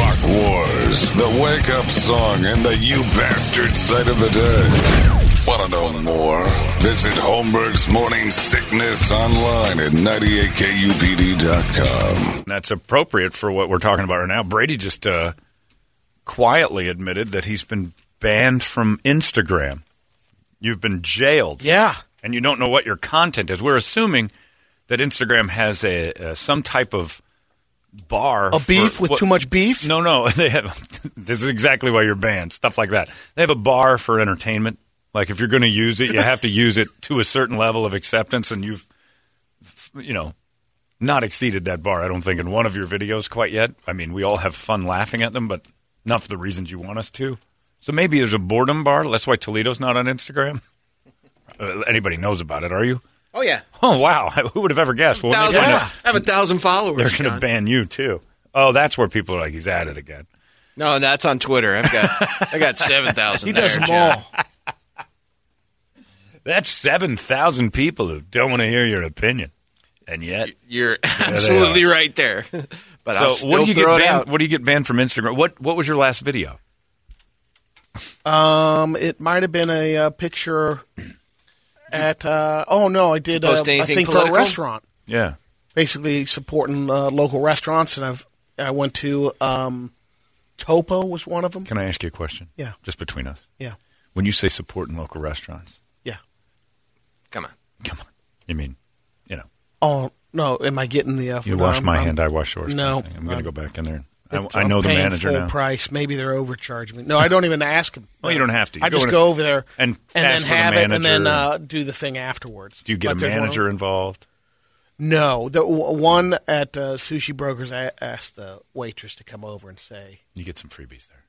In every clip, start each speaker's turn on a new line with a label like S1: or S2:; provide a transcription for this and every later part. S1: Rock Wars, the wake up song, and the you bastard sight of the day. Want to know more? Visit Holmberg's Morning Sickness online at 98kupd.com.
S2: And that's appropriate for what we're talking about right now. Brady just uh, quietly admitted that he's been banned from Instagram. You've been jailed.
S3: Yeah.
S2: And you don't know what your content is. We're assuming that Instagram has a uh, some type of bar
S3: A
S2: for-
S3: beef with
S2: what-
S3: too much beef?
S2: No, no. They have. This is exactly why you're banned. Stuff like that. They have a bar for entertainment. Like if you're going to use it, you have to use it to a certain level of acceptance, and you've, you know, not exceeded that bar. I don't think in one of your videos quite yet. I mean, we all have fun laughing at them, but not for the reasons you want us to. So maybe there's a boredom bar. That's why Toledo's not on Instagram. Uh, anybody knows about it? Are you?
S3: Oh yeah.
S2: Oh wow! Who would have ever guessed? Well, when they
S3: Thousand,
S2: find out-
S3: I have a thousand followers.
S2: they're going to
S3: John.
S2: ban you too. Oh, that's where people are like, he's at it again.
S3: No, that's on Twitter. I've got I got seven thousand. He does them all.
S2: That's 7,000 people who don't want to hear your opinion. And yet.
S3: You're absolutely right there. But I'll
S2: so, what
S3: still
S2: do, you get
S3: throw it
S2: banned,
S3: out.
S2: what do you get banned from Instagram? What What was your last video?
S4: Um, it might have been a uh, picture at. Uh, oh no, I did uh,
S3: Post
S4: a
S3: anything
S4: thing for
S3: political?
S4: a restaurant,
S2: Yeah.
S4: basically supporting uh, local restaurants, and I've I went to um, Topo was one of them.
S2: Can I ask you a question?
S4: Yeah.
S2: Just between us.
S4: Yeah,
S2: When you say supporting local restaurants,
S4: yeah.
S3: Come on.
S2: come on. You mean, you know,
S4: Oh no, am I getting the? Uh,
S2: you
S4: no,
S2: wash
S4: I'm-
S2: my
S4: I'm-
S2: hand, I wash yours. kind
S4: No,
S2: of thing. I'm going to
S4: I'm-
S2: go back in there. I,
S4: it's-
S2: I
S4: I'm
S2: know the
S4: paying
S2: manager
S4: full
S2: now.
S4: price. Maybe they're overcharging me. No, I don't even ask them.
S2: Well, you don't have to. You
S4: I
S2: go
S4: just
S2: in-
S4: go over there
S2: and
S4: then
S2: ask for the
S4: have it, and then
S2: manager.
S4: uh, do the thing afterwards.
S2: Do you get
S4: But
S2: a
S4: there's one-
S2: manager involved?
S4: No, the w- one at uh, Sushi Brokers, I asked the waitress to come over and say
S2: You get some freebies there.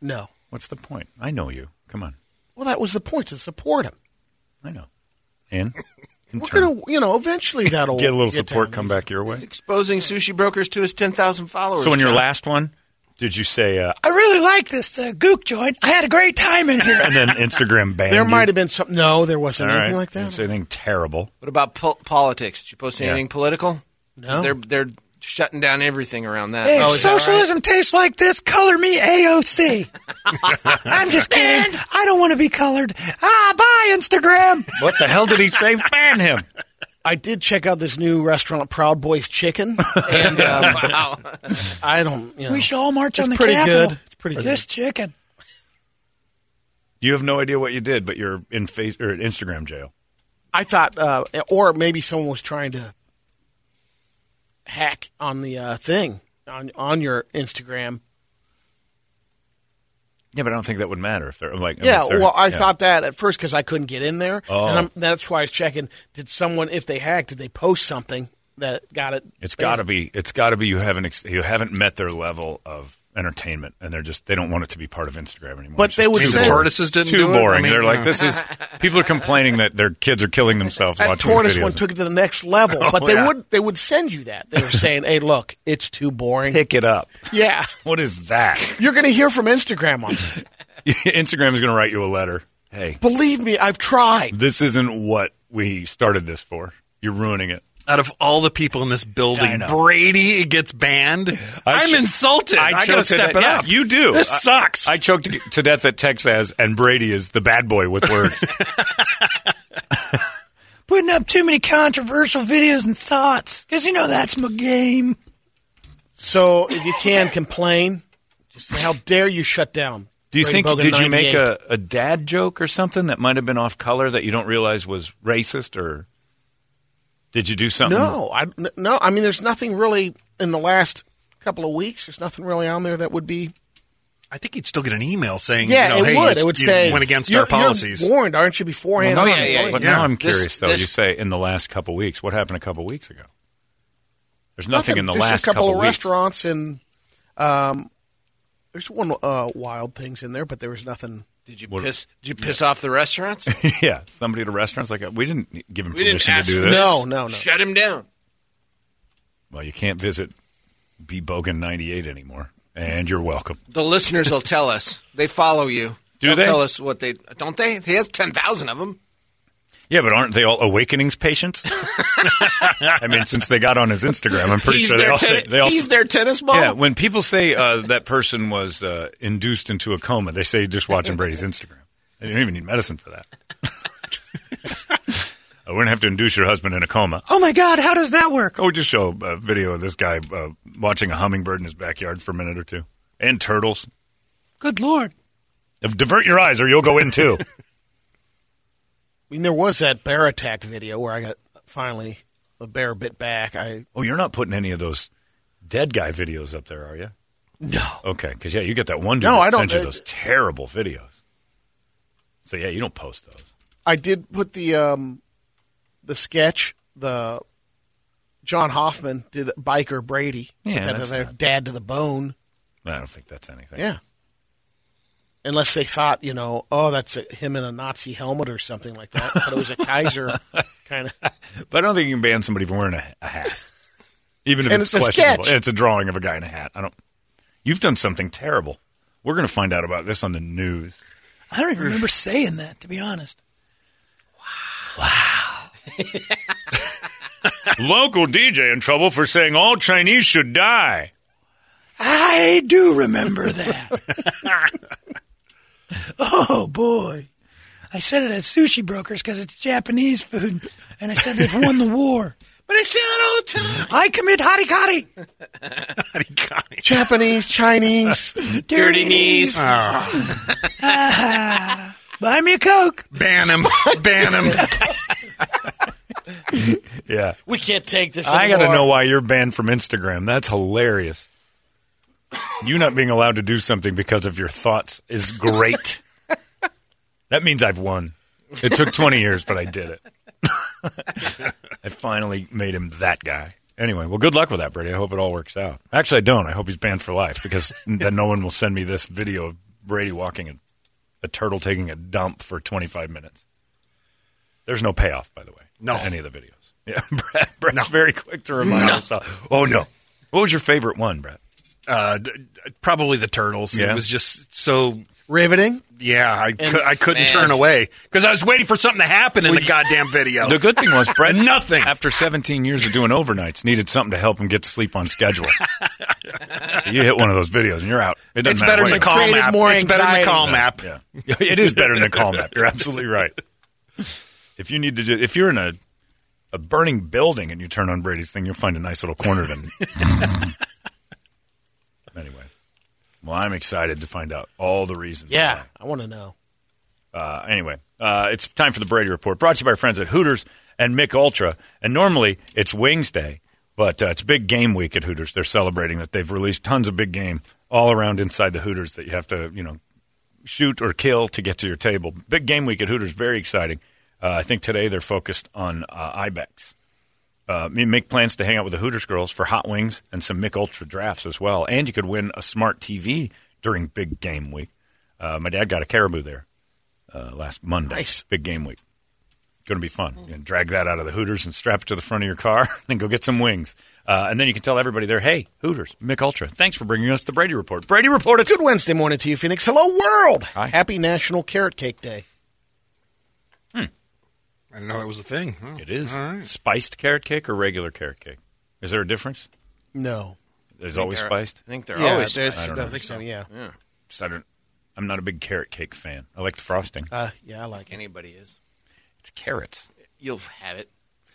S4: no.
S2: What's the point? I know you. Come on.
S4: Well, that was the point to support him.
S2: I know. And in
S4: We're
S2: turn,
S4: gonna, you know, eventually that'll
S2: get a little
S4: get
S2: support
S4: down.
S2: come back your way.
S3: Exposing sushi brokers to his ten thousand followers.
S2: So in your
S3: John.
S2: last one, did you say uh,
S5: I really like this uh, gook joint. I had a great time in here.
S2: and then Instagram banned?
S4: There
S2: you?
S4: might have been some. No, there wasn't
S2: All right.
S4: anything like
S2: Didn't
S4: that.
S2: say anything terrible.
S3: What about po- politics? Did you post
S2: Yeah.
S3: anything political? 'Cause
S4: No.
S3: They're they're shutting down everything around that.
S5: If
S4: Oh, is that right?
S5: socialism tastes like this, color me AOC. I'm just kidding. I don't want to be colored. Ah, bye, Instagram.
S2: What the hell did he say? Ban him.
S4: I did check out this new restaurant, Proud Boys Chicken, and um,
S3: Wow.
S4: I don't. You know,
S5: We should all march
S4: It's
S5: on the
S4: pretty
S5: Capitol
S4: good. It's pretty
S5: for
S4: good.
S5: This chicken.
S2: You have no idea what you did, but you're in face or in Instagram jail.
S4: I thought, uh, or maybe someone was trying to hack on the uh, thing on on your Instagram.
S2: Yeah, but I don't think that would matter if they're like.
S4: Yeah,
S2: if they're-
S4: well, I
S2: yeah.
S4: thought that at first because I couldn't get in there,
S2: Oh.
S4: and I'm, that's why I was checking. Did someone, if they hacked, did they post something that got it?
S2: it's got to be. It's got to be. You haven't. Ex- you haven't met their level of entertainment, and they're just. They don't want it to be part of Instagram anymore.
S4: But
S2: It's
S4: they
S2: just
S4: would
S2: too
S4: say-
S2: boring.
S6: Tortoises didn't
S2: too
S6: do it? I
S2: boring.
S6: mean,
S2: they're like,
S6: yeah.
S2: this is. People are complaining that their kids are killing themselves
S4: That
S2: watching
S4: tortoise
S2: these videos. Oh,
S4: one took it to the next level, but they
S2: yeah.
S4: would they would send you that. They were saying, "Hey, look, it's too boring."
S2: Pick it up.
S4: Yeah,
S2: What is that?
S4: you're going to hear from Instagram on. it.
S2: Instagram is going to write you a letter. Hey,
S4: Believe me, I've tried.
S2: this isn't what we started this for. You're ruining it.
S6: Out of all the people in this
S2: I
S6: building,
S2: know.
S6: Brady gets banned. I am
S2: cho-
S6: insulted. I,
S2: choke
S6: gotta
S2: to
S6: step
S2: death-
S6: it
S2: yeah,
S6: up.
S2: you do.
S6: This
S2: I-
S6: sucks.
S2: I choked to death at Tex as, and Brady is the bad boy with words.
S5: Putting up too many controversial videos and thoughts. Because you know that's my game.
S4: So if you can complain, just say, how dare you shut down?
S2: Do you
S4: Brady
S2: think
S4: Bogan
S2: did you make
S4: 98."
S2: a, a dad joke or something that might have been off color that you don't realize was racist or did you do something?
S4: No, I n- no. I mean, there's nothing really in the last couple of weeks. There's nothing really on there that would be.
S6: I think you'd still get an email saying,
S4: Yeah,
S6: you know,
S4: it
S6: hey,
S4: would.
S6: you-
S4: It would
S6: you
S4: say
S6: went against
S4: "You're-
S6: our policies.
S4: You're warned, aren't you? Beforehand.
S3: Well, no,
S4: I'm
S3: Oh, yeah,
S4: like,
S3: yeah,
S2: But
S3: yeah.
S2: now I'm
S3: This-
S2: curious though.
S3: this-
S2: you say in the last couple weeks, what happened a couple weeks ago? There's nothing, in the
S4: just
S2: last
S4: a couple, of
S2: weeks.
S4: restaurants and um, there's one uh, wild things in there, but there was nothing.
S3: Did you piss? Did you piss off the restaurants?
S2: yeah, somebody at a restaurant's like, we didn't give him
S3: We didn't
S2: permission to
S3: ask
S2: do
S3: for
S2: this.
S3: this.
S4: No, no, no.
S3: Shut him down.
S2: Well, you can't visit B Bogan 98 anymore, and you're welcome.
S3: The listeners will tell us. They follow you.
S2: Do
S3: They'll
S2: they?
S3: tell us what they don't they? They have ten thousand of them.
S2: Yeah, but aren't they all awakenings patients? I mean, since they got on his Instagram, I'm pretty
S3: he's
S2: sure they
S3: their
S2: all,
S3: ten-
S2: they all
S3: he's their tennis ball.
S2: Yeah, when people say uh, that person was uh, induced into a coma, they say just watching Brady's Instagram. They don't even need medicine for that. I wouldn't have to induce your husband in a coma.
S5: Oh my God, how does that work?
S2: Oh, just show a video of this guy uh, watching a hummingbird in his backyard for a minute or two, and turtles.
S5: Good Lord.
S2: If, divert your eyes, or you'll go in too.
S4: I mean, there was that bear attack video where I got finally a bear bit back. I
S2: oh, you're not putting any of those dead guy videos up there, are you?
S4: no.
S2: Okay, because yeah, you get that one dude
S4: No,
S2: that
S4: I don't-
S2: sent you
S4: uh,
S2: those terrible videos. So yeah, you don't post those.
S4: I did put the um, the sketch. The John Hoffman did biker Brady.
S2: Yeah,
S4: Put that
S2: that's
S4: their
S2: not-
S4: dad to the bone.
S2: I don't think that's anything.
S4: Yeah. Unless they thought, you know, oh, that's a, him in a Nazi helmet or something like that. But it was a Kaiser kind of.
S2: But I don't think you can ban somebody from wearing a, a hat, even if
S4: And
S2: it's,
S4: it's a
S2: questionable.
S4: sketch.
S2: It's a drawing of a guy in a hat. I don't. You've done something terrible. We're going to find out about this on the news.
S5: I don't even remember saying that, to be honest.
S2: Local DJ in trouble for saying all Chinese should die.
S5: I do remember that. oh boy. I said it at sushi brokers because it's Japanese food, and I said they've won the war.
S3: But I say that all the time.
S5: I commit harikari.
S4: Japanese, Chinese.
S3: Dirty knees.
S4: Ah.
S5: Buy me a Coke.
S6: Ban him. Ban him.
S2: Yeah,
S4: we can't take this.
S2: I got to
S4: anymore.
S2: know why you're banned from Instagram. That's hilarious. You not being allowed to do something because of your thoughts is great. that means I've won. It took 20 years, but I did it. I finally made him that guy. Anyway, well, good luck with that, Brady. I hope it all works out. Actually, I don't. I hope he's banned for life because then no one will send me this video of Brady walking a, a turtle taking a dump for 25 minutes. There's no payoff, by the way.
S6: No.
S2: to any of the videos. Yeah, Brett, Brett's very quick to remind himself. Oh no! What was your favorite one, Brett?
S6: Uh, d- d- probably the turtles.
S2: Yeah.
S6: It was just so.
S4: Riveting.
S6: Yeah, I, cou- I couldn't
S3: Man.
S6: turn away because I was waiting for something to happen in the goddamn video.
S2: The good thing was Brett.
S6: Oh. Nothing.
S2: After 17 years of doing overnights, needed something to help him get to sleep on schedule. So you hit one of those videos and you're out. It doesn't
S6: It's
S2: matter
S6: better
S2: what
S6: than the
S2: you-
S6: calm
S4: created
S6: app.
S4: more
S6: It's better than the
S4: anxiety.
S6: calm app.
S2: Yeah, it is better than the calm app. You're absolutely right. If you need to, do, if you're in a a burning building and you turn on Brady's thing, you'll find a nice little corner to. anyway, well, I'm excited to find out all the reasons. why.
S4: Yeah, I want to know.
S2: Uh, anyway, uh, it's time for the Brady Report, brought to you by our friends at Hooters and Mick Ultra. And normally it's Wings Day, but uh, it's big game week at Hooters. They're celebrating that they've released tons of big game all around inside the Hooters that you have to, you know, shoot or kill to get to your table. Big game week at Hooters, very exciting. Uh, I think today they're focused on uh, ibex. Uh, me and Mick plans to hang out with the Hooters girls for hot wings and some Mick Ultra drafts as well. And you could win a smart TV during big game week. Uh, my dad got a caribou there uh, last Monday.
S4: Nice.
S2: Big game week. Going to be fun. You can drag that out of the Hooters and strap it to the front of your car and go get some wings. Uh, and then you can tell everybody there, hey, Hooters, Mick Ultra, thanks for bringing us the Brady Report. Brady Report, it's
S4: Good Wednesday morning to you, Phoenix. Hello, world.
S2: Hi.
S4: Happy National Carrot Cake Day.
S6: I didn't know that was a thing. Oh,
S2: It is.
S6: all right.
S2: Spiced carrot cake or regular carrot cake? Is there a difference?
S4: No.
S2: There's always spiced.
S3: I think they're
S4: yeah,
S3: always.
S4: there's-
S3: spiced.
S4: I think so. Yeah.
S2: Just I don't, I'm not a big carrot cake fan.
S3: Uh,
S2: I like the frosting.
S4: Uh, yeah, I like it.
S3: Anybody is.
S2: It's carrots.
S3: You'll have it.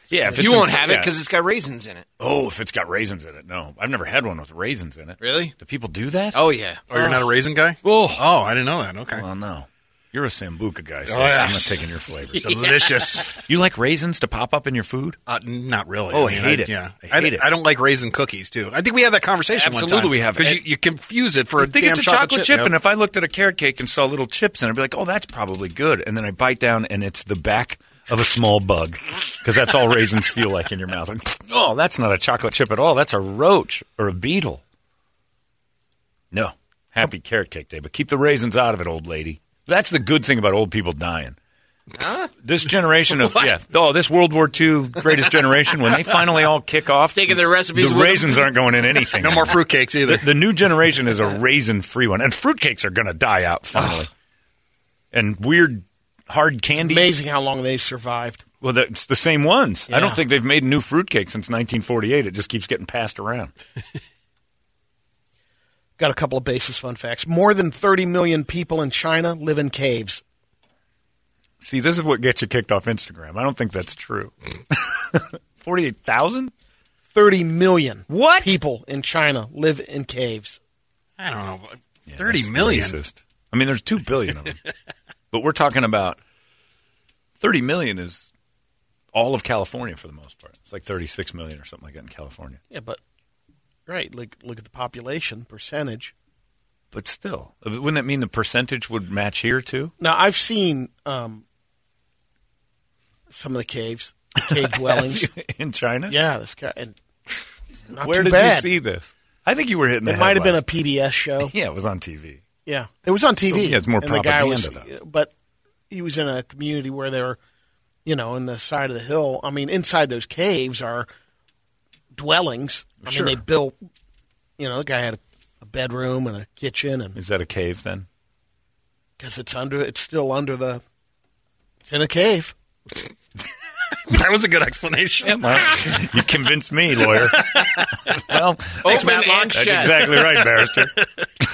S2: Yeah, if it's
S3: you won't
S2: in-
S3: have it
S2: yeah.
S3: because it's got raisins in it.
S2: oh, if it's got raisins in it, no, I've never had one with raisins in it.
S3: Really?
S2: Do people do that?
S3: Oh yeah.
S6: Oh, you're not a raisin guy?
S2: Oh.
S6: Oh, I didn't know that. Okay.
S2: well, no. You're a sambuca guy, so
S6: Oh, yeah.
S2: I'm not taking your flavors.
S6: Delicious.
S2: You like raisins to pop up in your food?
S6: Uh, not really.
S2: Oh, I hate it.
S6: Yeah,
S2: I
S6: I,
S2: hate
S6: d-
S2: it.
S6: I don't like raisin cookies too. I think we had that conversation. one
S2: Absolutely
S6: time.
S2: we have.
S6: because you,
S2: And-
S6: you confuse it for
S2: I
S6: a
S2: think
S6: damn
S2: it's a chocolate, chip, and if I looked at a carrot cake and saw little chips, and I'd be like, "Oh, that's probably good." And then I bite down, and it's the back of a small bug, because that's all raisins feel like in your mouth. Like, oh, that's not a chocolate chip at all. That's a roach or a beetle. No, happy carrot cake day, but keep the raisins out of it, old lady. That's the good thing about old people dying. This generation of yeah, oh, this World War II greatest generation when they finally all kick off,
S3: Taking their recipes
S2: the
S3: with them.
S2: raisins aren't going in anything.
S6: no more fruitcakes either.
S2: The, the new generation is a raisin free one, and fruitcakes are going to die out finally. and weird hard candies.
S4: Amazing how long they've survived.
S2: Well, the- it's the same ones. I don't
S4: Yeah.
S2: think they've made a new fruitcake since 1948. It just keeps getting passed around.
S4: Got a couple of basis fun facts. More than 30 million people in China live in caves.
S2: See, this is what gets you kicked off Instagram. I don't think that's true. 48,000?
S4: 30 million
S2: What?
S4: people in China live in caves.
S6: I don't know.
S2: That's
S6: Thirty million.
S2: racist. I mean, there's 2 billion of them. but we're talking about 30 million is all of California for the most part. It's like 36 million or something like that in California.
S4: Yeah, but right, look look at the population percentage.
S2: But still, wouldn't that mean the percentage would match here too?
S4: Now, I've seen um, some of the caves, cave dwellings.
S2: in China?
S4: yeah, this guy and not
S2: Where
S4: too
S2: did
S4: bad.
S2: you see this? I think you were hitting. the
S4: It might have been a
S2: headlines.
S4: PBS show.
S2: Yeah, it was on TV.
S4: Yeah, it was on TV.
S2: Yeah, it's more
S4: and the guy was,
S2: propaganda,
S4: but he was in a community where they were, you know, in the side of the hill. I mean, inside those caves are dwellings. I mean, they built. You know, the guy had a, a bedroom and a kitchen, and
S2: Is that a cave then?
S4: because it's under, it's still under the. It's in a cave.
S6: That was a good explanation.
S2: Well, you convinced me, lawyer. well, thanks,
S3: Open
S2: Matlock.
S3: and
S2: That's
S3: shut.
S2: exactly right, barrister.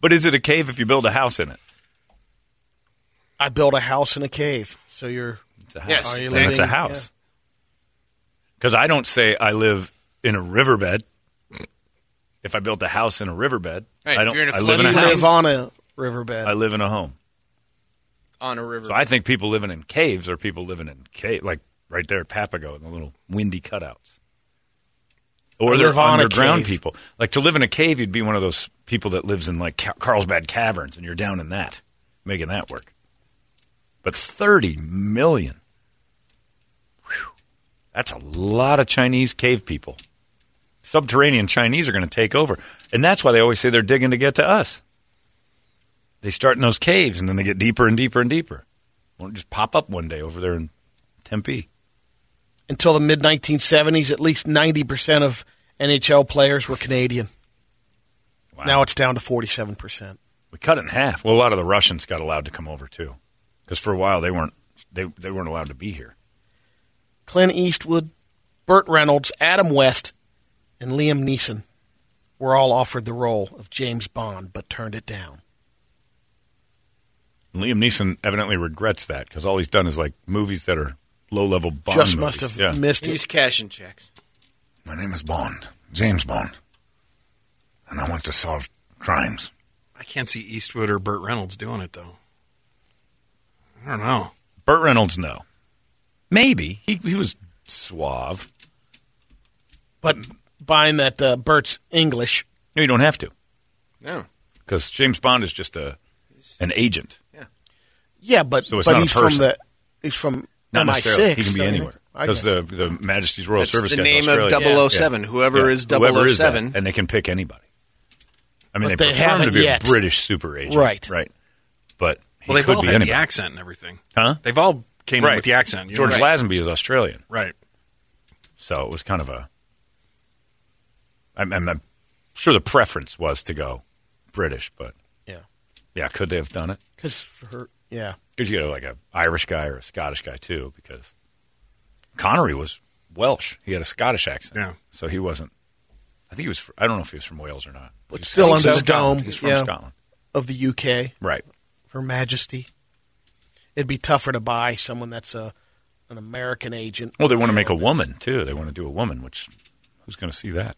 S2: But is it a cave if you build a house in it?
S4: I built a house in a cave, so you're
S2: It's a house.
S3: Yes,
S2: Then
S3: exactly.
S2: it's a house. Because I don't say I live in a riverbed. If I built a house in a riverbed,
S3: Right,
S2: I
S3: if
S2: don't.
S3: you're in a
S2: I live in a
S3: flooded
S4: you
S2: house.
S4: live on a riverbed.
S2: I live in a home.
S3: On a river.
S2: So I think people living in caves are people living in cave, like right there at Papago in the little windy cutouts. Or
S4: I
S2: they're
S4: live on a
S2: underground
S4: cave.
S2: people. Like to live in a cave, you'd be one of those people that lives in like Ca- Carlsbad Caverns, and you're down in that, making that work. But thirty million, Whew. that's a lot of Chinese cave people. Subterranean Chinese are going to take over, and that's why they always say they're digging to get to us. They start in those caves, and then they get deeper and deeper and deeper won't it just pop up one day over there in Tempe.
S4: until the mid 1970s, at least 90% of NHL players were Canadian.
S2: Wow.
S4: Now it's down to 47%.
S2: We cut it in half. Well, a lot of the Russians got allowed to come over too, because for a while they weren't they they weren't allowed to be here.
S4: Clint Eastwood, Burt Reynolds, Adam West, and Liam Neeson were all offered the role of James Bond but turned it down.
S2: And Liam Neeson evidently regrets that because all he's done is like movies that are low level Bond.
S4: Just
S2: movies.
S4: must have
S2: Yeah.
S4: missed
S3: He's
S4: it.
S3: cashing checks.
S1: My name is Bond, James Bond, and I want to solve crimes.
S6: I can't see Eastwood or Burt Reynolds doing it though. I don't know.
S2: Burt Reynolds, no, maybe he he was suave.
S4: But buying that uh, Burt's English,
S2: No, you don't have to
S3: No.
S2: because James Bond is just a an agent.
S4: yeah, but,
S2: So it's
S4: but
S2: not a
S4: he's from
S2: person.
S4: the he's from
S2: Not
S4: MI6.
S2: necessarily. He can
S4: so
S2: be anywhere
S4: I
S2: because
S4: guess.
S2: the the Majesty's Royal
S3: That's
S2: Service.
S3: the
S2: guy's
S3: name
S2: Australia.
S3: of 007. Whoever
S2: Yeah,
S3: is 007.
S2: whoever is that, and they can pick anybody. I mean,
S4: But
S2: they,
S4: they
S2: prefer him to
S4: haven't
S2: be
S4: yet.
S2: a British super agent,
S4: Right.
S2: right? But he
S6: Well, they've
S2: could
S6: all
S2: be
S6: had
S2: anybody.
S6: the accent and everything.
S2: Huh?
S6: They've all came in
S2: Right.
S6: with the accent. you know?
S2: George
S6: right.
S2: Lazenby is Australian,
S6: Right.
S2: so it was kind of a. I'm, I'm, I'm sure the preference was to go British, but
S4: Yeah.
S2: yeah, could they have done it?
S4: Because for her, yeah.
S2: Could you get like a Irish guy or a Scottish guy too? Because Connery was Welsh. He had a Scottish accent.
S6: Yeah.
S2: So he wasn't. I think he was. fr- I don't know if he was from Wales or not.
S4: But
S2: He's
S4: still
S2: from
S4: under the
S2: Scotland.
S4: dome,
S2: He's from
S4: yeah.
S2: Scotland.
S4: Of the UK,
S2: Right.
S4: Her Majesty. It'd be tougher to buy someone that's a an American agent.
S2: Well, they want to make a woman too. They want to do a woman, which who's going to see that?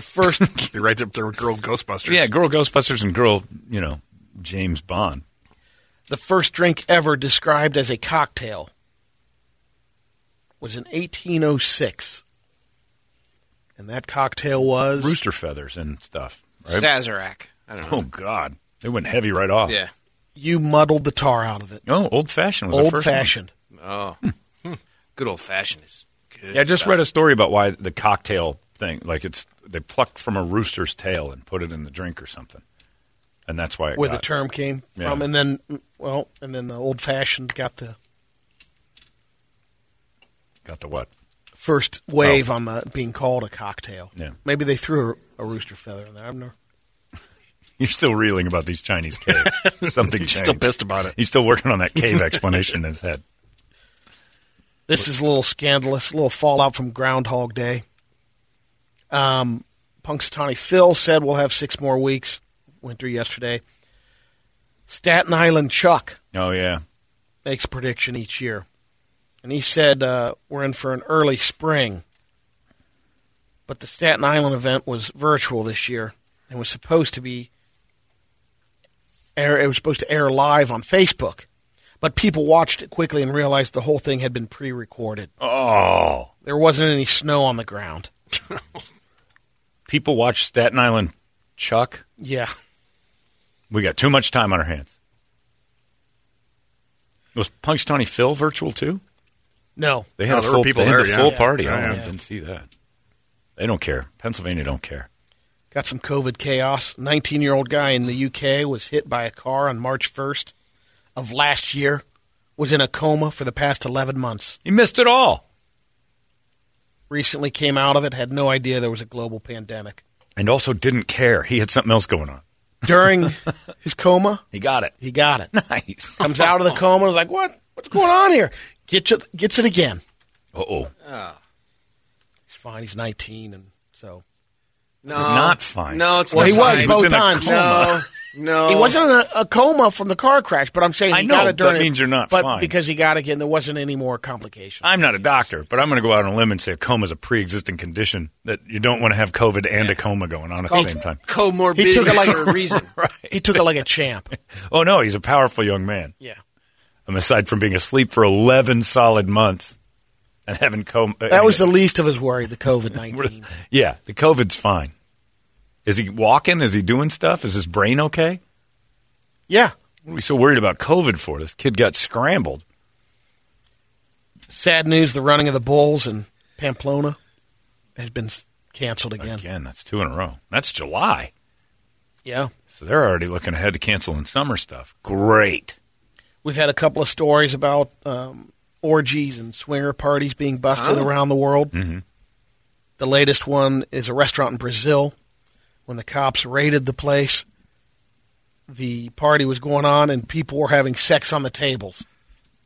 S4: first
S6: Be right up there with girl Ghostbusters.
S2: Yeah, girl Ghostbusters and girl, you know, James Bond.
S4: the first drink ever described as a cocktail was in 1806. And that cocktail was
S2: Rooster feathers and stuff. Right?
S3: Sazerac. I don't know.
S2: oh God, they went heavy right off.
S3: Yeah.
S4: you muddled the tar out of it.
S2: Oh, old fashioned was the
S4: Old
S2: first one.
S4: fashioned.
S3: Oh. Good old fashioned is good.
S2: Hmm. Yeah, I just
S3: stuff.
S2: read a story about why the cocktail thing, like it's they plucked from a rooster's tail and put it in the drink or something, and that's why it
S4: Where the
S2: got,
S4: term came
S2: Yeah.
S4: from and then well, and then the old fashioned got the
S2: got the what?
S4: first wave on the being called a cocktail.
S2: Oh. Yeah.
S4: Maybe they threw a, a rooster feather in there. I'm not
S2: You're still reeling about these Chinese caves. Something
S6: He's
S2: changed.
S6: still pissed about it.
S2: He's still working on that cave explanation in his head.
S4: This is a little scandalous, a little fallout from Groundhog Day. Um, Punxsutawney Phil said we'll have six more weeks. Went through yesterday. Staten Island Chuck
S2: Oh yeah,
S4: makes a prediction each year, and he said uh, we're in for an early spring. But the Staten Island event was virtual this year and was supposed to be air. It was supposed to air live on Facebook, but people watched it quickly and realized the whole thing had been pre-recorded.
S2: Oh,
S4: There wasn't any snow on the ground.
S2: people watch Staten Island Chuck.
S4: Yeah.
S2: We got too much time on our hands. Was Punxsutawney Phil virtual too?
S4: No.
S2: They had a
S6: No, Oh, there were
S2: full,
S6: people
S2: they had
S6: there,
S2: the
S6: yeah.
S2: full party.
S6: Yeah,
S2: oh, I
S6: yeah.
S2: didn't see that. They don't care. Pennsylvania don't care.
S4: Got some COVID chaos. 19 year old guy in the UK was hit by a car on March 1st of last year, was in a coma for the past 11 months.
S2: He missed it all.
S4: Recently came out of it, had no idea there was a global pandemic.
S2: and also didn't care. He had something else going on.
S4: During his coma,
S2: He got it.
S4: he got it.
S2: Nice.
S4: Comes out of the coma and is like, what? What's going on here? Gets it, gets it again.
S2: Uh oh.
S4: He's fine. He's 19. And so
S3: No.
S2: It's not fine.
S3: No, it's
S4: Well,
S3: not
S4: he was
S3: fine.
S4: both
S2: in a
S4: times.
S3: No. No.
S4: He wasn't in a, a coma from the car crash, but I'm saying he
S2: I know,
S4: got it during.
S2: that means you're not
S4: but
S2: fine.
S4: because he got it again, there wasn't any more complications.
S2: I'm not a doctor, but I'm going to go out on a limb and say a coma is a pre existing condition that you don't want to have COVID and a coma going on at the same time.
S3: comorbid
S4: He took it like-
S3: Oh, for a reason.
S4: He took it like a champ.
S2: Oh, no, he's a powerful young man.
S4: Yeah,
S2: Um, aside from being asleep for 11 solid months and having uh, coma.
S4: that was the least of his worry. The COVID nineteen.
S2: Yeah, the COVID's fine. Is he walking? Is he doing stuff? Is his brain okay?
S4: yeah,
S2: What are we so worried about COVID for? This kid got scrambled.
S4: sad news: the running of the Bulls in Pamplona has been s- canceled again.
S2: Again, that's two in a row. That's July.
S4: Yeah,
S2: So they're already looking ahead to canceling summer stuff. Great.
S4: we've had a couple of stories about um, orgies and swinger parties being busted around the world.
S2: Mhm.
S4: The latest one is a restaurant in Brazil. When the cops raided the place, the party was going on and people were having sex on the tables.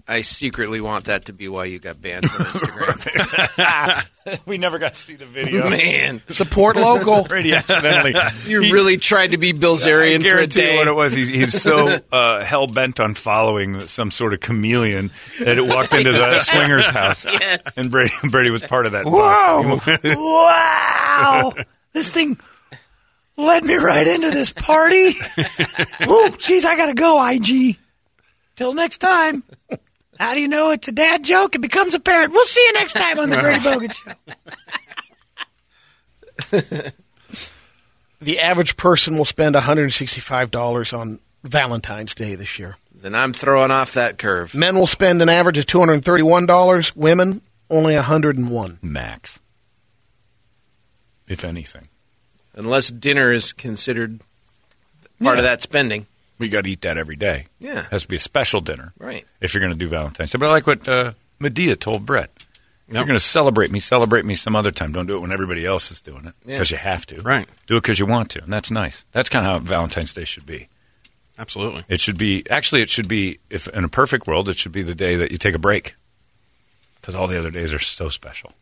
S3: I secretly want that to be why you got banned from Instagram.
S2: We never got to see the video.
S3: Man,
S4: Support local.
S2: Brady accidentally.
S3: you really tried to be Bill Zarian
S2: I
S3: for a
S2: guarantee you
S3: day.
S2: what it was. He's, he's so uh, hell bent on following some sort of chameleon that it walked into the swinger's house.
S3: Yes.
S2: And Brady, Brady was part of that.
S5: Whoa!
S2: bust. He-
S5: wow! This thing led me right into this party. oh, jeez, I gotta go, IG. Till next time. How do you know it's a dad joke? It becomes apparent. We'll see you next time on the Brady Bogan Show.
S4: the average person will spend $165 on Valentine's Day this year.
S3: Then I'm throwing off that curve.
S4: Men will spend an average of $231, women only 101.
S2: Max. If anything.
S3: Unless dinner is considered part of that spending.
S2: Well, you got to eat that every day.
S3: Yeah.
S2: has to be a special dinner.
S3: Right.
S2: If you're going to do Valentine's Day. But I like what uh, Medea told Brett. If You're going to celebrate me, celebrate me some other time. Don't do it when everybody else is doing it
S3: Yeah.
S2: because you have to.
S6: Right.
S2: Do it because you want to. And that's nice. That's kind of how Valentine's Day should be.
S6: Absolutely.
S2: It should be, actually, it should be, if in a perfect world, it should be the day that you take a break because all the other days are so special.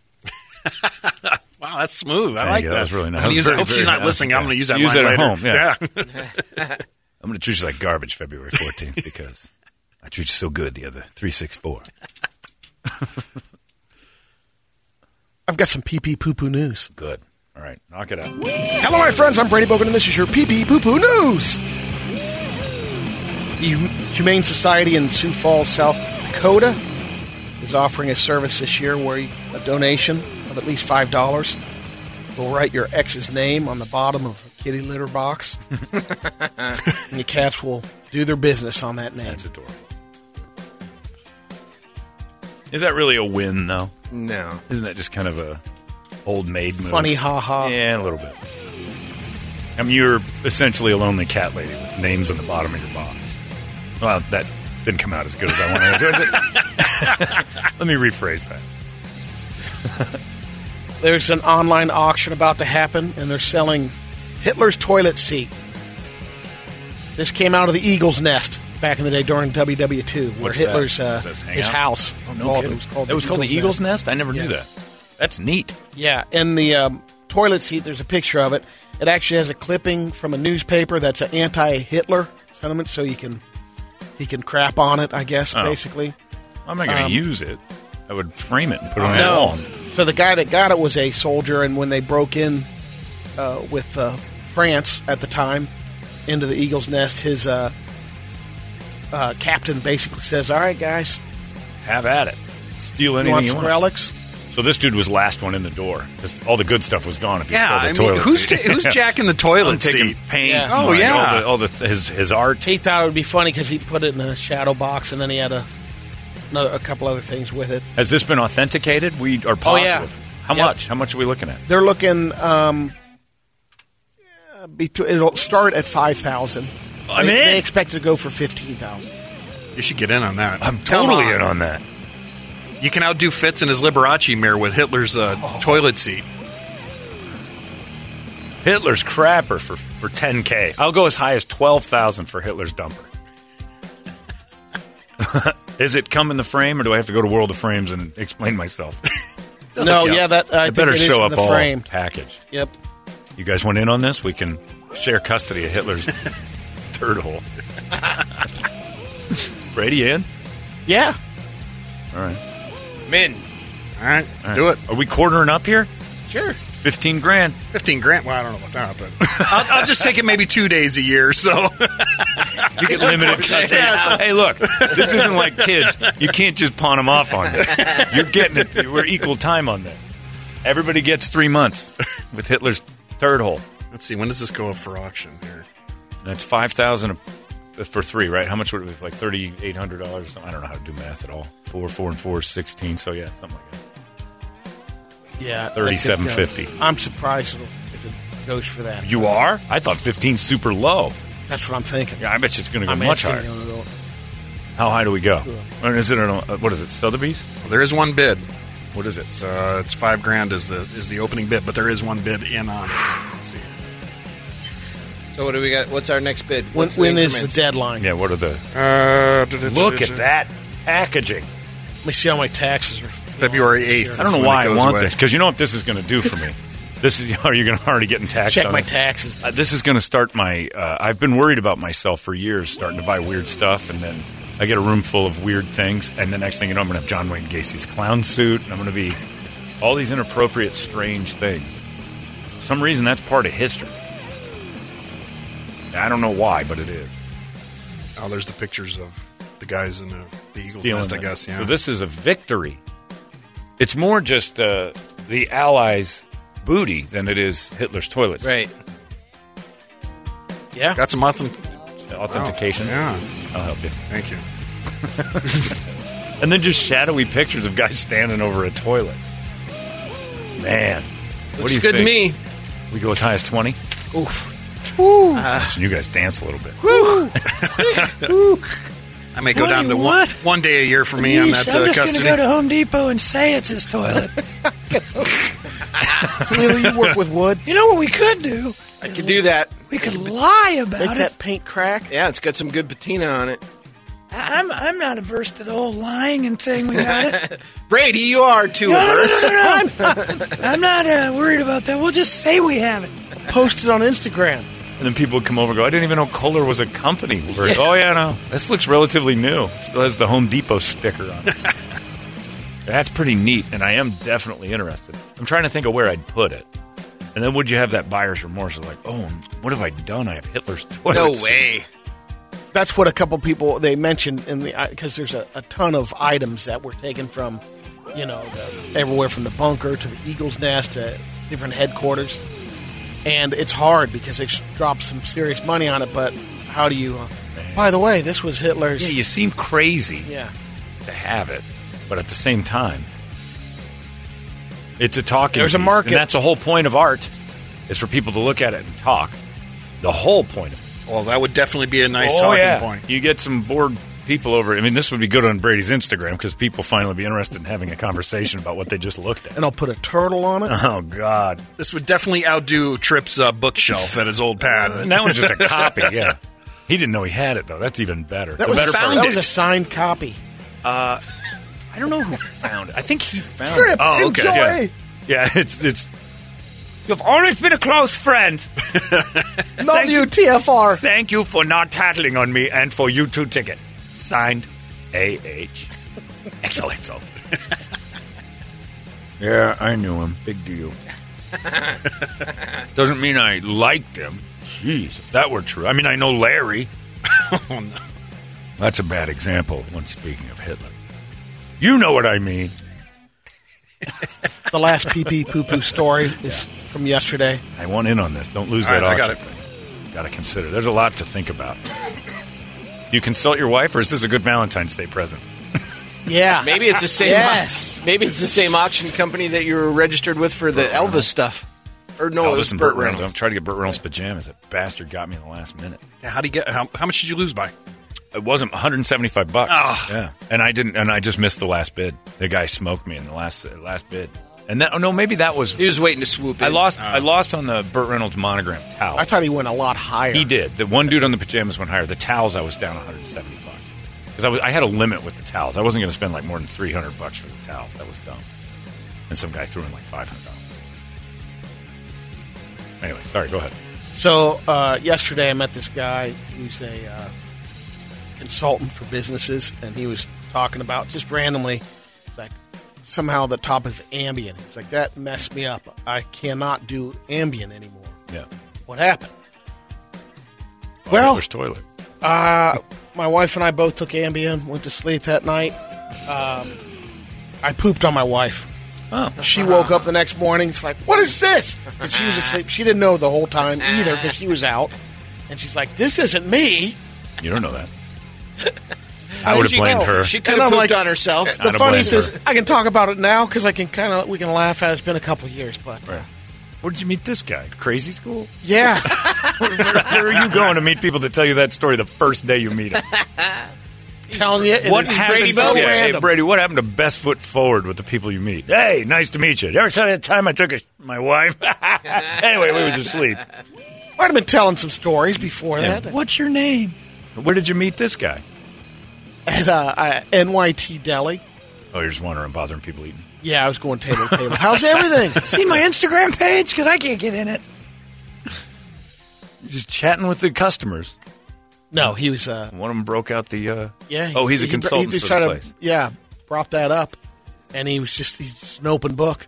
S6: Wow, that's smooth. I
S2: Thank
S6: like
S2: you.
S6: that.
S2: That was really nice.
S6: I'm gonna use
S2: Very,
S6: it. I hope she's
S2: very
S6: not
S2: nice.
S6: listening. I'm
S2: Yeah.
S6: going to use that
S2: Use
S6: line
S2: it at
S6: later.
S2: home, yeah.
S6: yeah.
S2: I'm going to treat you like garbage February 14th because I treat you so good the other 364.
S4: I've got some pee pee poo poo news.
S2: Good. All right. Knock it out.
S4: Hello, my friends. I'm Brady Bogan, and this is your pee pee poo poo news. The Humane Society in Sioux Falls, South Dakota, is offering a service this year where you, a donation of at least five dollars will write your ex's name on the bottom of a kitty litter box, and the cats will do their business on that name.
S2: That's adorable. Is that really a win, though?
S3: No.
S2: Isn't that just kind of a old maid move?
S4: Funny, ha ha.
S2: Yeah, a little bit. I mean, you're essentially a lonely cat lady with names on the bottom of your box. Well, that didn't come out as good as I wanted. it. Let me rephrase that.
S4: There's an online auction about to happen, and they're selling Hitler's toilet seat. This came out of the Eagle's Nest back in the day during WW2, where
S2: What's that?
S4: Hitler's uh,
S2: Does hang
S4: his
S2: out?
S4: house.
S2: Oh, no
S4: called-
S2: kidding.
S4: It was called,
S2: That was called the Eagle's
S4: Nest.
S2: Nest? I never knew that. That's neat.
S4: Yeah, and the um, toilet seat. There's a picture of it. It actually has a clipping from a newspaper that's an anti-Hitler sentiment, so you can he can crap on it, I guess,
S2: Oh.
S4: basically.
S2: I'm not going to
S4: Um,
S2: use it. I would frame it and put it on my
S4: No.
S2: wall.
S4: So the guy that got it was a soldier, and when they broke in uh, with uh, France at the time into the Eagle's Nest, his uh, uh, captain basically says, "All right, guys,
S2: Have at it. Steal
S4: you
S2: anything
S4: want
S2: you
S4: some
S2: want.
S4: relics?"
S2: So this dude was last one in the door. 'cause all the good stuff was gone. If you
S6: Yeah, I
S2: stole the
S6: mean,
S2: toilet
S6: who's,
S2: seat.
S6: ta- who's jacking the toilet
S2: I'm taking
S6: seat?
S2: paint?
S4: Yeah.
S6: Oh,
S2: like,
S6: yeah.
S2: all the, all the his his art.
S4: He thought it would be funny because he put it in a shadow box, and then he had a another, a couple other things with it.
S2: Has this been authenticated? We are positive.
S4: Oh, yeah.
S2: How
S4: Yep.
S2: much? How much are we looking at?
S4: They're looking. Um, between, it'll start at five thousand.
S2: I'm
S4: they,
S2: in.
S4: they expect it to go for fifteen thousand.
S6: You should get in on that.
S2: I'm totally
S4: on.
S2: in on that.
S6: you can outdo Fitz in his Liberace mirror with Hitler's uh,
S2: Oh.
S6: toilet seat.
S2: Hitler's crapper for for 10k. I'll go as high as 12,000 for Hitler's dumper. Is it come in the frame, or do I have to go to World of Frames and explain myself?
S4: No,
S2: Yeah.
S4: yeah, that I
S2: It
S4: think
S2: better
S4: it is
S2: show
S4: in
S2: up
S4: the
S2: all
S4: frame.
S2: package.
S4: Yep.
S2: You guys want in on this? We can share custody of Hitler's turd hole. Brady in?
S4: Yeah.
S2: All right.
S3: Min.
S6: All right, let's
S2: All
S6: do
S2: right.
S6: it.
S2: Are we quartering up here?
S6: Sure.
S2: 15 grand.
S6: 15 grand. Well, I don't know about that, but I'll, I'll just take it maybe two days a year. So
S2: You get limited cuts. Hey, look, this isn't like kids. You can't just pawn them off on this. You're getting it. We're equal time on this. Everybody gets three months with Hitler's turd hole.
S6: let's see. When does this go up for auction here?
S2: That's 5000 a- for three, right? How much would it be? Like $3,800 or something? I don't know how to do math at all. Four, four, and four is 16. So, yeah, something like that.
S4: Yeah. that could
S2: 37.50.
S4: go. I'm surprised it'll- if it goes for that.
S2: You are? I thought 15 's super low.
S4: That's what I'm thinking.
S2: Yeah, I bet you it's going to go
S4: I'm
S2: much
S4: asking
S2: higher.
S4: you to go-
S2: How high do we go? And is it an, uh, what is it? Sotheby's?
S6: Well, there is one bid. What is it? Uh, it's five grand is the is the opening bid, but there is one bid in on. it. Let's see.
S3: So what do we got? What's our next bid?
S4: When,
S3: What's
S4: when is the
S3: increments?
S4: deadline?
S2: Yeah. What are the?
S6: Uh,
S2: Look at that packaging.
S4: Let me see how my taxes are.
S6: February eighth.
S2: I don't
S6: That's
S2: know
S6: when
S2: why I
S6: it goes
S2: want
S6: away.
S2: this because you know what this is going to do for me. this is are you going to already getting taxed?
S4: Check
S2: on
S4: my
S2: this?
S4: taxes.
S2: Uh, this is going to start my. Uh, I've been worried about myself for years, starting to buy weird stuff, and then I get a room full of weird things, and the next thing you know, I'm going to have John Wayne Gacy's clown suit, and I'm going to be all these inappropriate, strange things. For some reason, that's part of history. I don't know why, but it is.
S6: Oh, there's the pictures of the guys in the, the Eagles
S2: Stealing
S6: nest. I
S2: it.
S6: guess. Yeah.
S2: So this is a victory. It's more just uh, the Allies' booty than it is Hitler's toilets.
S3: Right.
S4: Yeah.
S6: got some month.
S2: Authentication.
S6: Yeah.
S2: I'll help you.
S6: Thank you.
S2: And then just shadowy pictures of guys standing over a toilet. Man, what do
S3: Looks
S2: you
S3: good
S2: think?
S3: to me. Uh,
S2: We go as high as twenty.
S4: Oof.
S2: Watching you guys dance a little bit.
S6: I may go
S5: What do
S6: down
S5: you
S6: to one,
S5: want?
S6: one day a year for me on
S5: Yeesh,
S6: that
S5: I'm
S6: uh,
S5: just going to
S6: custody.
S5: go to Home Depot and say it's his toilet.
S4: Clearly, you work with wood.
S5: you know what we could do?
S3: I could do that.
S5: We could lie
S4: Make
S5: about it.
S4: that paint crack.
S3: Yeah, it's got some good patina on it.
S5: I- I'm, I'm not averse to the whole lying and saying we got it.
S3: Brady, you are too
S5: No, no, no,
S3: averse.
S5: no, no, I'm not, I'm not uh, worried about that. We'll just say we have it.
S4: Post it on Instagram.
S2: And then people would come over and go, I didn't even know Kohler was a company. We're like, oh, yeah, no. This looks relatively new. It still has the Home Depot sticker on it. That's pretty neat, and I am definitely interested. I'm trying to think of where I'd put it. And then would you have that buyer's remorse of like, oh, what have I done? I have Hitler's toilet.
S3: No
S2: seat."
S3: way.
S4: That's what a couple people they mentioned in the because there's a, a ton of items that were taken from, you know, the, everywhere from the bunker to the Eagles Nest to different headquarters, and it's hard because they've dropped some serious money on it. But how do you? Uh, by the way, this was
S2: Yeah,
S4: Hitler's.
S2: you seem crazy
S4: yeah.
S2: to have it, but at the same time, it's a talking.
S4: There's a
S2: piece,
S4: market.
S2: And that's the whole point of art, is for people to look at it and talk. The whole point of it.
S6: Well, that would definitely be a nice
S2: Oh,
S6: talking
S2: yeah.
S6: point.
S2: You get some bored people over. I mean, this would be good on Brady's Instagram because people finally be interested in having a conversation about what they just looked at.
S4: and I'll put a turtle on it.
S2: Oh God,
S6: This would definitely outdo Tripp's uh, bookshelf at his old pad.
S2: and that was just a copy. Yeah, he didn't know he had it though. That's even better.
S4: That
S2: The
S4: was,
S2: better
S4: a,
S2: part-
S4: that was a signed copy.
S2: I don't know who found it. I think he found
S4: Crip,
S2: it.
S6: Oh, okay.
S2: Yeah.
S4: enjoy.
S2: yeah, it's it's. You've always been a close friend.
S4: Love you, TFR.
S2: Thank you for not tattling on me and for you two tickets. Signed, A.H. XOXO. yeah, I knew him. Big deal. Doesn't mean I liked him. Jeez, if that were true. I mean, I know Larry. Oh, That's a bad example when speaking of Hitler. You know what I mean.
S4: The last pee pee poo poo story is from yesterday.
S2: I want in on this. Don't lose
S6: All
S2: that
S6: right, I got
S2: auction. Got to consider. There's a lot to think about. Do you consult your wife, or is this a good Valentine's Day present?
S4: Yeah,
S3: Maybe it's the same.
S4: Yes.
S3: Maybe it's the same auction company that you were registered with for the Elvis stuff. Or no,
S6: Oh,
S2: Elvis
S3: it was
S2: and
S3: Burt
S2: Reynolds.
S3: Reynolds.
S2: I'm trying to get Oh, Burt Reynolds pajamas. That bastard got me in the last minute.
S6: How do you get? How, how much did you lose by?
S2: It wasn't 175 bucks.
S6: Ah.
S2: Yeah, and I didn't, and I just missed the last bid. The guy smoked me in the last uh, last bid. And that, oh no, maybe that was.
S3: He was waiting to swoop in.
S2: I lost. I
S6: Ah.
S2: lost on the Burt Reynolds monogram towel.
S4: I thought he went a lot higher.
S2: he did. The one dude on the pajamas went higher. The towels, I was down 170 bucks because I was. I had a limit with the towels. I wasn't going to spend like more than 300 bucks for the towels. That was dumb. And some guy threw in like 500. dollars Anyway, sorry. Go ahead.
S4: So uh, yesterday, I met this guy who's a uh, consultant for businesses, and he was talking about just randomly, like somehow the topic of Ambien. He's like, that messed me up. I cannot do Ambien anymore.
S2: Yeah.
S4: What happened?
S2: Oh,
S4: Well-
S2: there's toilet.
S4: Uh, my wife and I both took Ambien, went to sleep that night. Um, I pooped on my wife.
S2: Oh.
S4: She woke up the next morning. It's like, what is this? And she was asleep. She didn't know the whole time either because she was out. And she's like, this isn't me.
S2: You don't know that. I would have
S3: She-
S2: blamed
S3: no,
S2: her.
S3: She could
S4: And I'm
S3: have pooped
S4: like-
S3: on herself.
S2: I
S4: The
S2: don't
S4: funniest
S2: blame
S4: is,
S2: her.
S4: I can talk about it now because I can kind of we can laugh at. it. It's been a couple years, but uh,
S2: Where did you meet this guy? Crazy school?
S4: yeah,
S2: Where are you going to meet people that tell you that story the first day you meet them?
S4: telling you, it
S2: What
S4: is
S2: happened?
S4: so
S2: yeah, hey,
S4: random.
S2: Brady, what happened to best foot forward with the people you meet? Hey, nice to meet you. Ever saw that time I took a, my wife? anyway, we was asleep.
S4: Might have been telling some stories before that
S5: What's your name?
S2: Where did you meet this guy?
S4: at uh, uh, NYT Deli.
S2: Oh, you're just wandering, bothering people eating.
S4: Yeah, I was going table to table. How's everything?
S5: See my Instagram page? Because I can't get in it.
S2: Just chatting with the customers.
S4: No, he was uh,
S2: One of them broke out the. Uh,
S4: Yeah. he-
S2: Oh, he's a
S4: he-
S2: consultant
S4: he
S2: for
S4: sort
S2: the
S4: of-
S2: place.
S4: Yeah, brought that up, and he was just he's just an open book.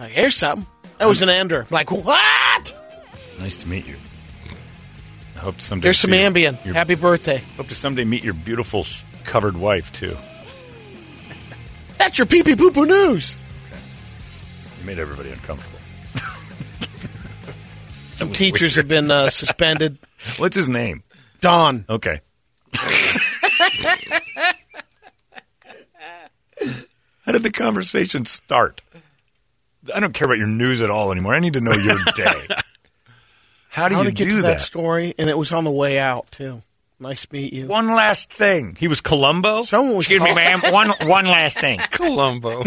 S4: Like, here's something. That was an ender. I'm like, what?
S2: Nice to meet you. I hope someday.
S4: There's some
S2: see your-
S4: Ambien.
S2: your-
S4: Happy birthday.
S2: Hope to someday meet your beautiful sh- covered wife too.
S4: That's your pee pee poo poo news.
S2: You made everybody uncomfortable.
S4: Some teachers have been uh, suspended.
S2: What's his name?
S4: Don.
S2: Okay. How did the conversation start? I don't care about your news at all anymore. I need to know your day. How do
S4: How
S2: you
S4: to get
S2: do
S4: to that,
S2: that?
S4: story? And it was on the way out too. Nice to meet you.
S2: One last thing. He was Columbo.
S4: Someone was
S2: Excuse me,
S4: talking-
S2: ma'am. One one last thing.
S3: Columbo.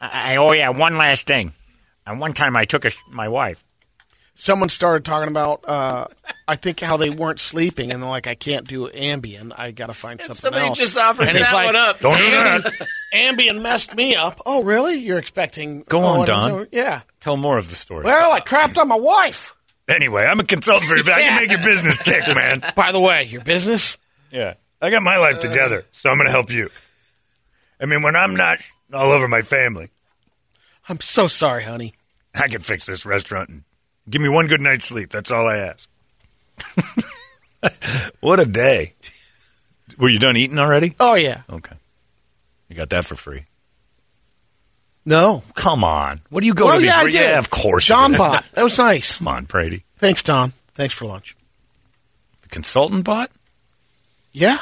S2: I, I- oh yeah, one last thing. And one time I took a, sh- my wife.
S4: Someone started talking about, uh, I think how they weren't sleeping, and they're like, I can't do Ambien. I got to find something
S3: Somebody
S4: else.
S3: just offered
S4: And
S3: that
S4: it's like,
S3: one up.
S2: Don't do that.
S4: Ambien messed me up. Oh, really? You're expecting?
S2: Go
S4: oh,
S2: on,
S4: I don't
S2: Don.
S4: know. Yeah.
S2: Tell more of the story.
S4: Well, I crapped on my wife.
S2: anyway, I'm a consultant for you, but I can
S4: Yeah.
S2: make your business tick, man.
S4: By the way, your business.
S2: Yeah. I got my life together, so I'm going to help you. I mean, when I'm not all over my family,
S4: I'm so sorry, honey.
S2: I can fix this restaurant and give me one good night's sleep. That's all I ask. what a day. Were you done eating already?
S4: Oh yeah.
S2: Okay. You got that for free.
S4: No.
S2: Come on. What do you go
S4: oh
S2: to these
S4: yeah, I
S2: re-
S4: did.
S2: Yeah, of course. you
S4: Don
S2: did.
S4: bought. That was nice.
S2: Come on, Brady.
S4: Thanks, Tom. Thanks for lunch.
S2: The consultant bought?
S4: Yeah.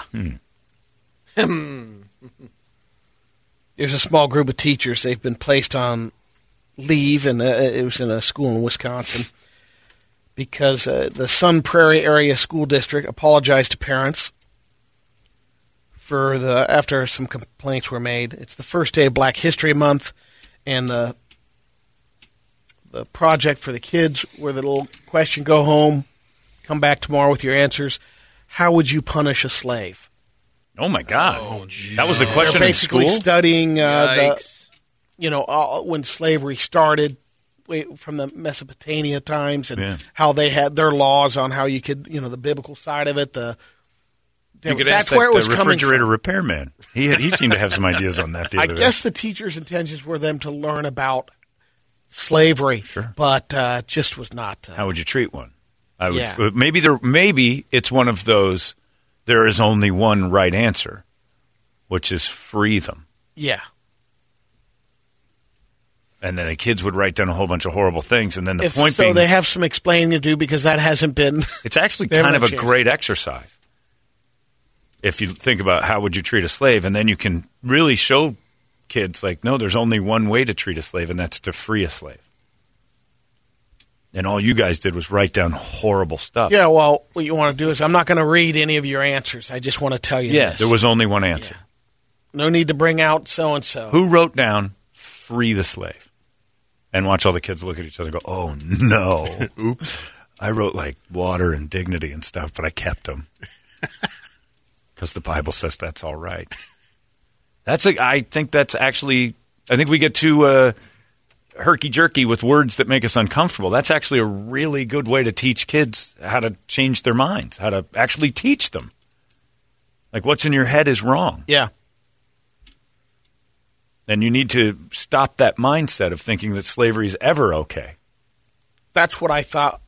S4: There's a small group of teachers. They've been placed on leave, and uh, it was in a school in Wisconsin because uh, the Sun Prairie Area School District apologized to parents for the after some complaints were made. It's the first day of Black History Month, and the the project for the kids where the little question go home come back tomorrow with your answers how would you punish a slave
S2: Oh, my God. that was the
S4: they're
S2: question in
S4: basically
S2: school?
S4: studying uh, the
S3: Yikes.
S4: you know all, when slavery started way- from the Mesopotamia times and
S2: Yeah.
S4: how they had their laws on how you could you know the biblical side of it the
S2: you could
S4: that's
S2: ask
S4: where
S2: that,
S4: it was
S2: the
S4: coming from.
S2: refrigerator repairman. He, had, he seemed to have some ideas on that the
S4: I
S2: other day.
S4: guess the teachers' intentions were them to learn about slavery,
S2: Sure.
S4: but uh, just was not. Uh,
S2: How would you treat one? I would
S4: Yeah.
S2: maybe there maybe it's one of those there is only one right answer, which is free them.
S4: yeah,
S2: And then the kids would write down a whole bunch of horrible things and then the
S4: if
S2: point
S4: so,
S2: being
S4: they have some explaining to do because that hasn't been.
S2: it's actually
S4: they have
S2: kind of
S4: no
S2: a
S4: chance.
S2: great exercise. If you think about how would you treat a slave and then you can really show kids like no there's only one way to treat a slave and that's to free a slave. And all you guys did was write down horrible stuff.
S4: yeah, well, what you want to do is I'm not going to read any of your answers. I just want to tell you.
S2: Yeah,
S4: this.
S2: there was only one answer.
S4: no need to bring out so and so.
S2: Who wrote down "Free the Slave"? And watch all the kids look at each other and go, "Oh no, oops." I wrote like water and dignity and stuff, but I kept them because the Bible says that's all right. That's a, I think that's actually I think we get too uh, herky jerky with words that make us uncomfortable. That's actually a really good way to teach kids how to change their minds, how to actually teach them. Like what's in your head is wrong.
S4: Yeah,
S2: And you need to stop that mindset of thinking that slavery is ever okay.
S4: that's what I thought.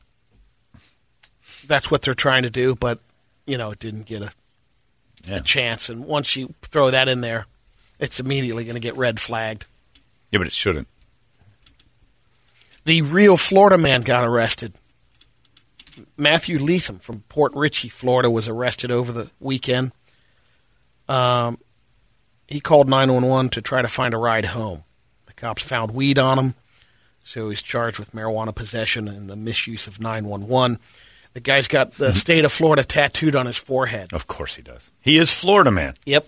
S4: That's what they're trying to do, but you know, it didn't get a,
S2: Yeah.
S4: a chance. And once you throw that in there, it's immediately going to get red flagged.
S2: Yeah, but it shouldn't.
S4: The real Florida man got arrested. Matthew Leatham from Port Richey, Florida, was arrested over the weekend. Um, he called 911 to try to find a ride home. The cops found weed on him, so he's charged with marijuana possession and the misuse of 911. The guy's got the state of Florida tattooed on his forehead.
S2: Of course he does. He is Florida man.
S4: Yep.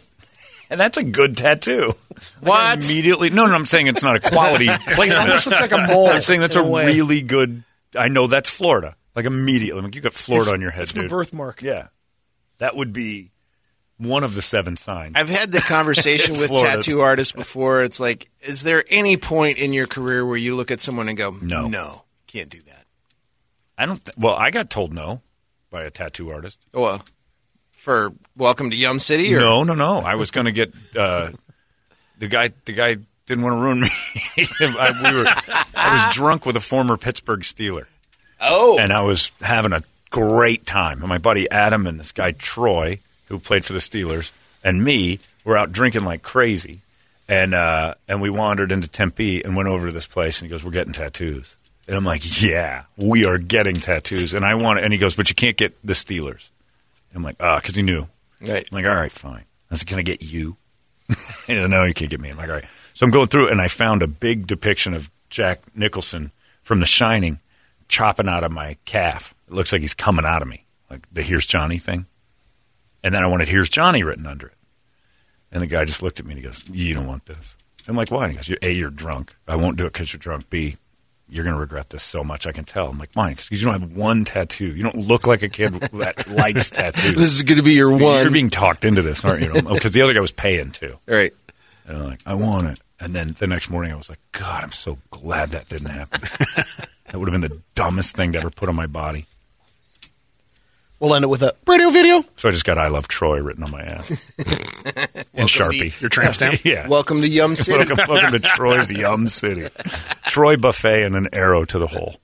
S2: And that's a good tattoo. What? Immediately. No, no, I'm saying it's not a quality placement.
S4: almost looks like a mole
S2: I'm saying that's
S4: in
S2: a
S4: a way.
S2: really good. I know that's Florida. Like immediately. Like you got Florida on your head,
S4: It's my
S2: dude.
S4: birthmark.
S2: Yeah. That would be one of the seven signs.
S3: I've had the conversation with
S2: Florida.
S3: tattoo artists before. It's like, is there any point in your career where you look at someone and go,
S2: No.
S3: no, can't do that?
S2: I don't. Th- well, I got told no by a tattoo artist.
S3: Oh, well, for Welcome to Yum City? Or?
S2: No, no, no. I was going to get uh, the guy. The guy didn't want to ruin me. I, we were, I was drunk with a former Pittsburgh Steeler,
S3: Oh,
S2: and I was having a great time. And my buddy Adam and this guy Troy, who played for the Steelers, and me were out drinking like crazy. And uh, and we wandered into Tempe and went over to this place. And he goes, "We're getting tattoos." And I'm like, "Yeah, we are getting tattoos." And I want. And he goes, "But you can't get the Steelers." And I'm like, "Ah," because he knew.
S3: right.
S2: I'm like, all right, fine. I said, can I get you? He said, no, you can't get me. I'm like, all right. So I'm going through, and I found a big depiction of Jack Nicholson from The Shining chopping out of my calf. It looks like he's coming out of me, like the Here's Johnny thing. And then I wanted Here's Johnny written under it. And the guy just looked at me and he goes, You don't want this. I'm like, Why? And he goes, A, you're drunk. I won't do it because you're drunk. B, you're going to regret this so much. I can tell. I'm like, Mine, because you don't have one tattoo. You don't look like a kid that likes tattoos.
S7: This is going to be your one.
S2: You're being talked into this, aren't you? Because the other guy was paying too.
S7: All right.
S2: And I'm like, I want it. And then the next morning, I was like, God, I'm so glad that didn't happen. that would have been the dumbest thing to ever put on my body.
S4: We'll end it with a radio video.
S2: So I just got "I love Troy" written on my ass in Sharpie.
S6: Your tramp stamp?
S2: yeah.
S7: Welcome to Yum City.
S2: welcome, welcome to Troy's Yum City. Troy buffet and an arrow to the hole.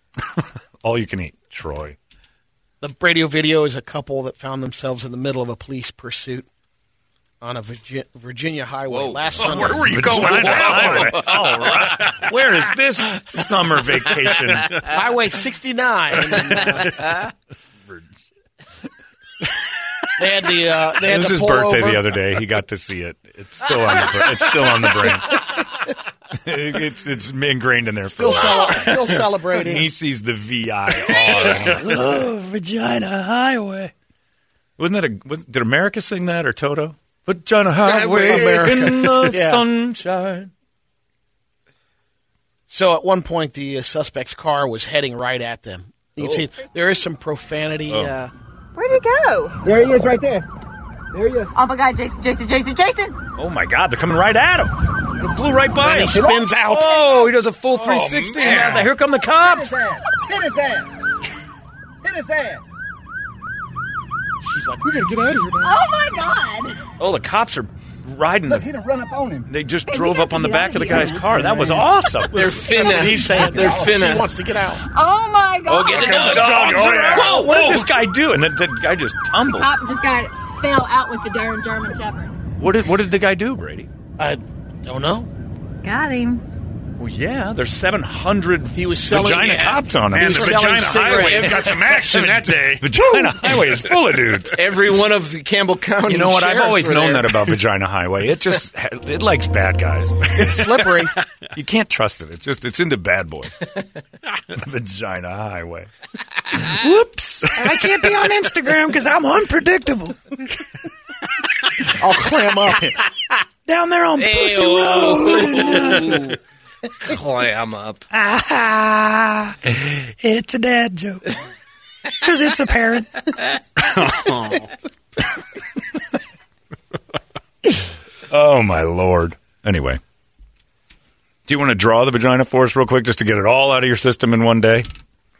S2: All you can eat, Troy.
S4: The radio video is a couple that found themselves in the middle of a police pursuit on a Virgi- Virginia highway last summer.
S6: Where were you going?
S2: Vagina highway. All right. Where is this summer vacation?
S4: Highway 69. they had the uh, they had
S2: It was
S4: to
S2: his
S4: pull
S2: birthday
S4: over.
S2: the other day. He got to see it. It's still on the brain. It's still on the brain. it's it's ingrained in there for a
S4: Still,
S2: while.
S4: cele- still
S2: He
S4: celebrating.
S2: sees the VIR.
S5: Oh, Vagina Highway.
S2: Wasn't that a? Was, did America sing that or Toto? Put John Highway
S7: Highway.
S2: in the
S4: Yeah.
S2: sunshine.
S4: So at one point, the uh, suspect's car was heading right at them. You can
S2: Oh.
S4: see there is some profanity. Uh,
S8: Where'd he go?
S4: there he is, right there. There he is.
S8: Oh my God, Jason, Jason, Jason, Jason!
S2: Oh my God! They're coming right at him. It blew right by
S4: And
S2: him.
S4: he spins out.
S2: Oh, he does a full 360.
S6: man.
S2: Here come the cops.
S8: Hit his ass! Hit his ass!
S4: She's like, "We gotta get out of here."
S8: Oh my God!
S2: Oh, the cops are riding. the,
S8: didn't run up on him.
S2: they just drove up on the
S8: be
S2: back
S8: out
S2: of the
S8: of here.
S2: guy's car. That was awesome.
S4: They're finna. He's saying
S3: They're
S4: "No,
S3: finna.
S4: She wants to get out.
S8: Oh my God!
S3: get the
S2: Comes
S3: dog.
S2: the dog.
S3: Dogs
S2: Oh,
S3: are
S2: yeah.
S3: out. Whoa,
S2: What did
S3: whoa.
S2: this guy do? And then the guy just tumbled.
S9: Uh,
S8: Cop Uh, just got fell out with the darn German Shepherd.
S2: What did What did the guy do, Brady?
S4: I don't know.
S8: Got him.
S2: Well, yeah, there's 700
S4: He was selling
S2: vagina
S4: yeah.
S2: cops on him.
S6: And
S4: He
S6: the
S4: was selling
S6: vagina highway's
S4: cigarettes.
S6: got some action that day.
S2: vagina highway is full of dudes.
S3: Every one of the Campbell County.
S2: You know what? I've
S3: sheriffs
S2: always
S3: were
S2: known
S3: there.
S2: that about vagina highway. It just it likes bad guys.
S4: It's slippery.
S2: You can't trust it. It's just it's into bad boys. vagina highway.
S5: Whoops. I can't be on Instagram because I'm unpredictable.
S4: I'll clam up.
S5: Down there on Pussy Road.
S3: Clam up.
S5: Ah, it's a dad joke. Because it's a parent.
S2: Oh my lord. Anyway, do you want to draw the vagina for us real quick, just to get it all out of your system in one day?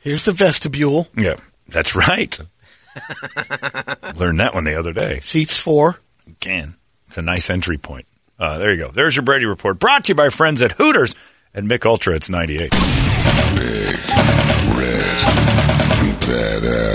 S4: Here's the vestibule.
S2: Yeah, that's right. Learned that one the other day.
S4: Seats four.
S2: Can. It's a nice entry point. Uh, there you go. There's your Brady report. Brought to you by friends at Hooters and Mick Ultra. It's 98.
S1: Red and badass.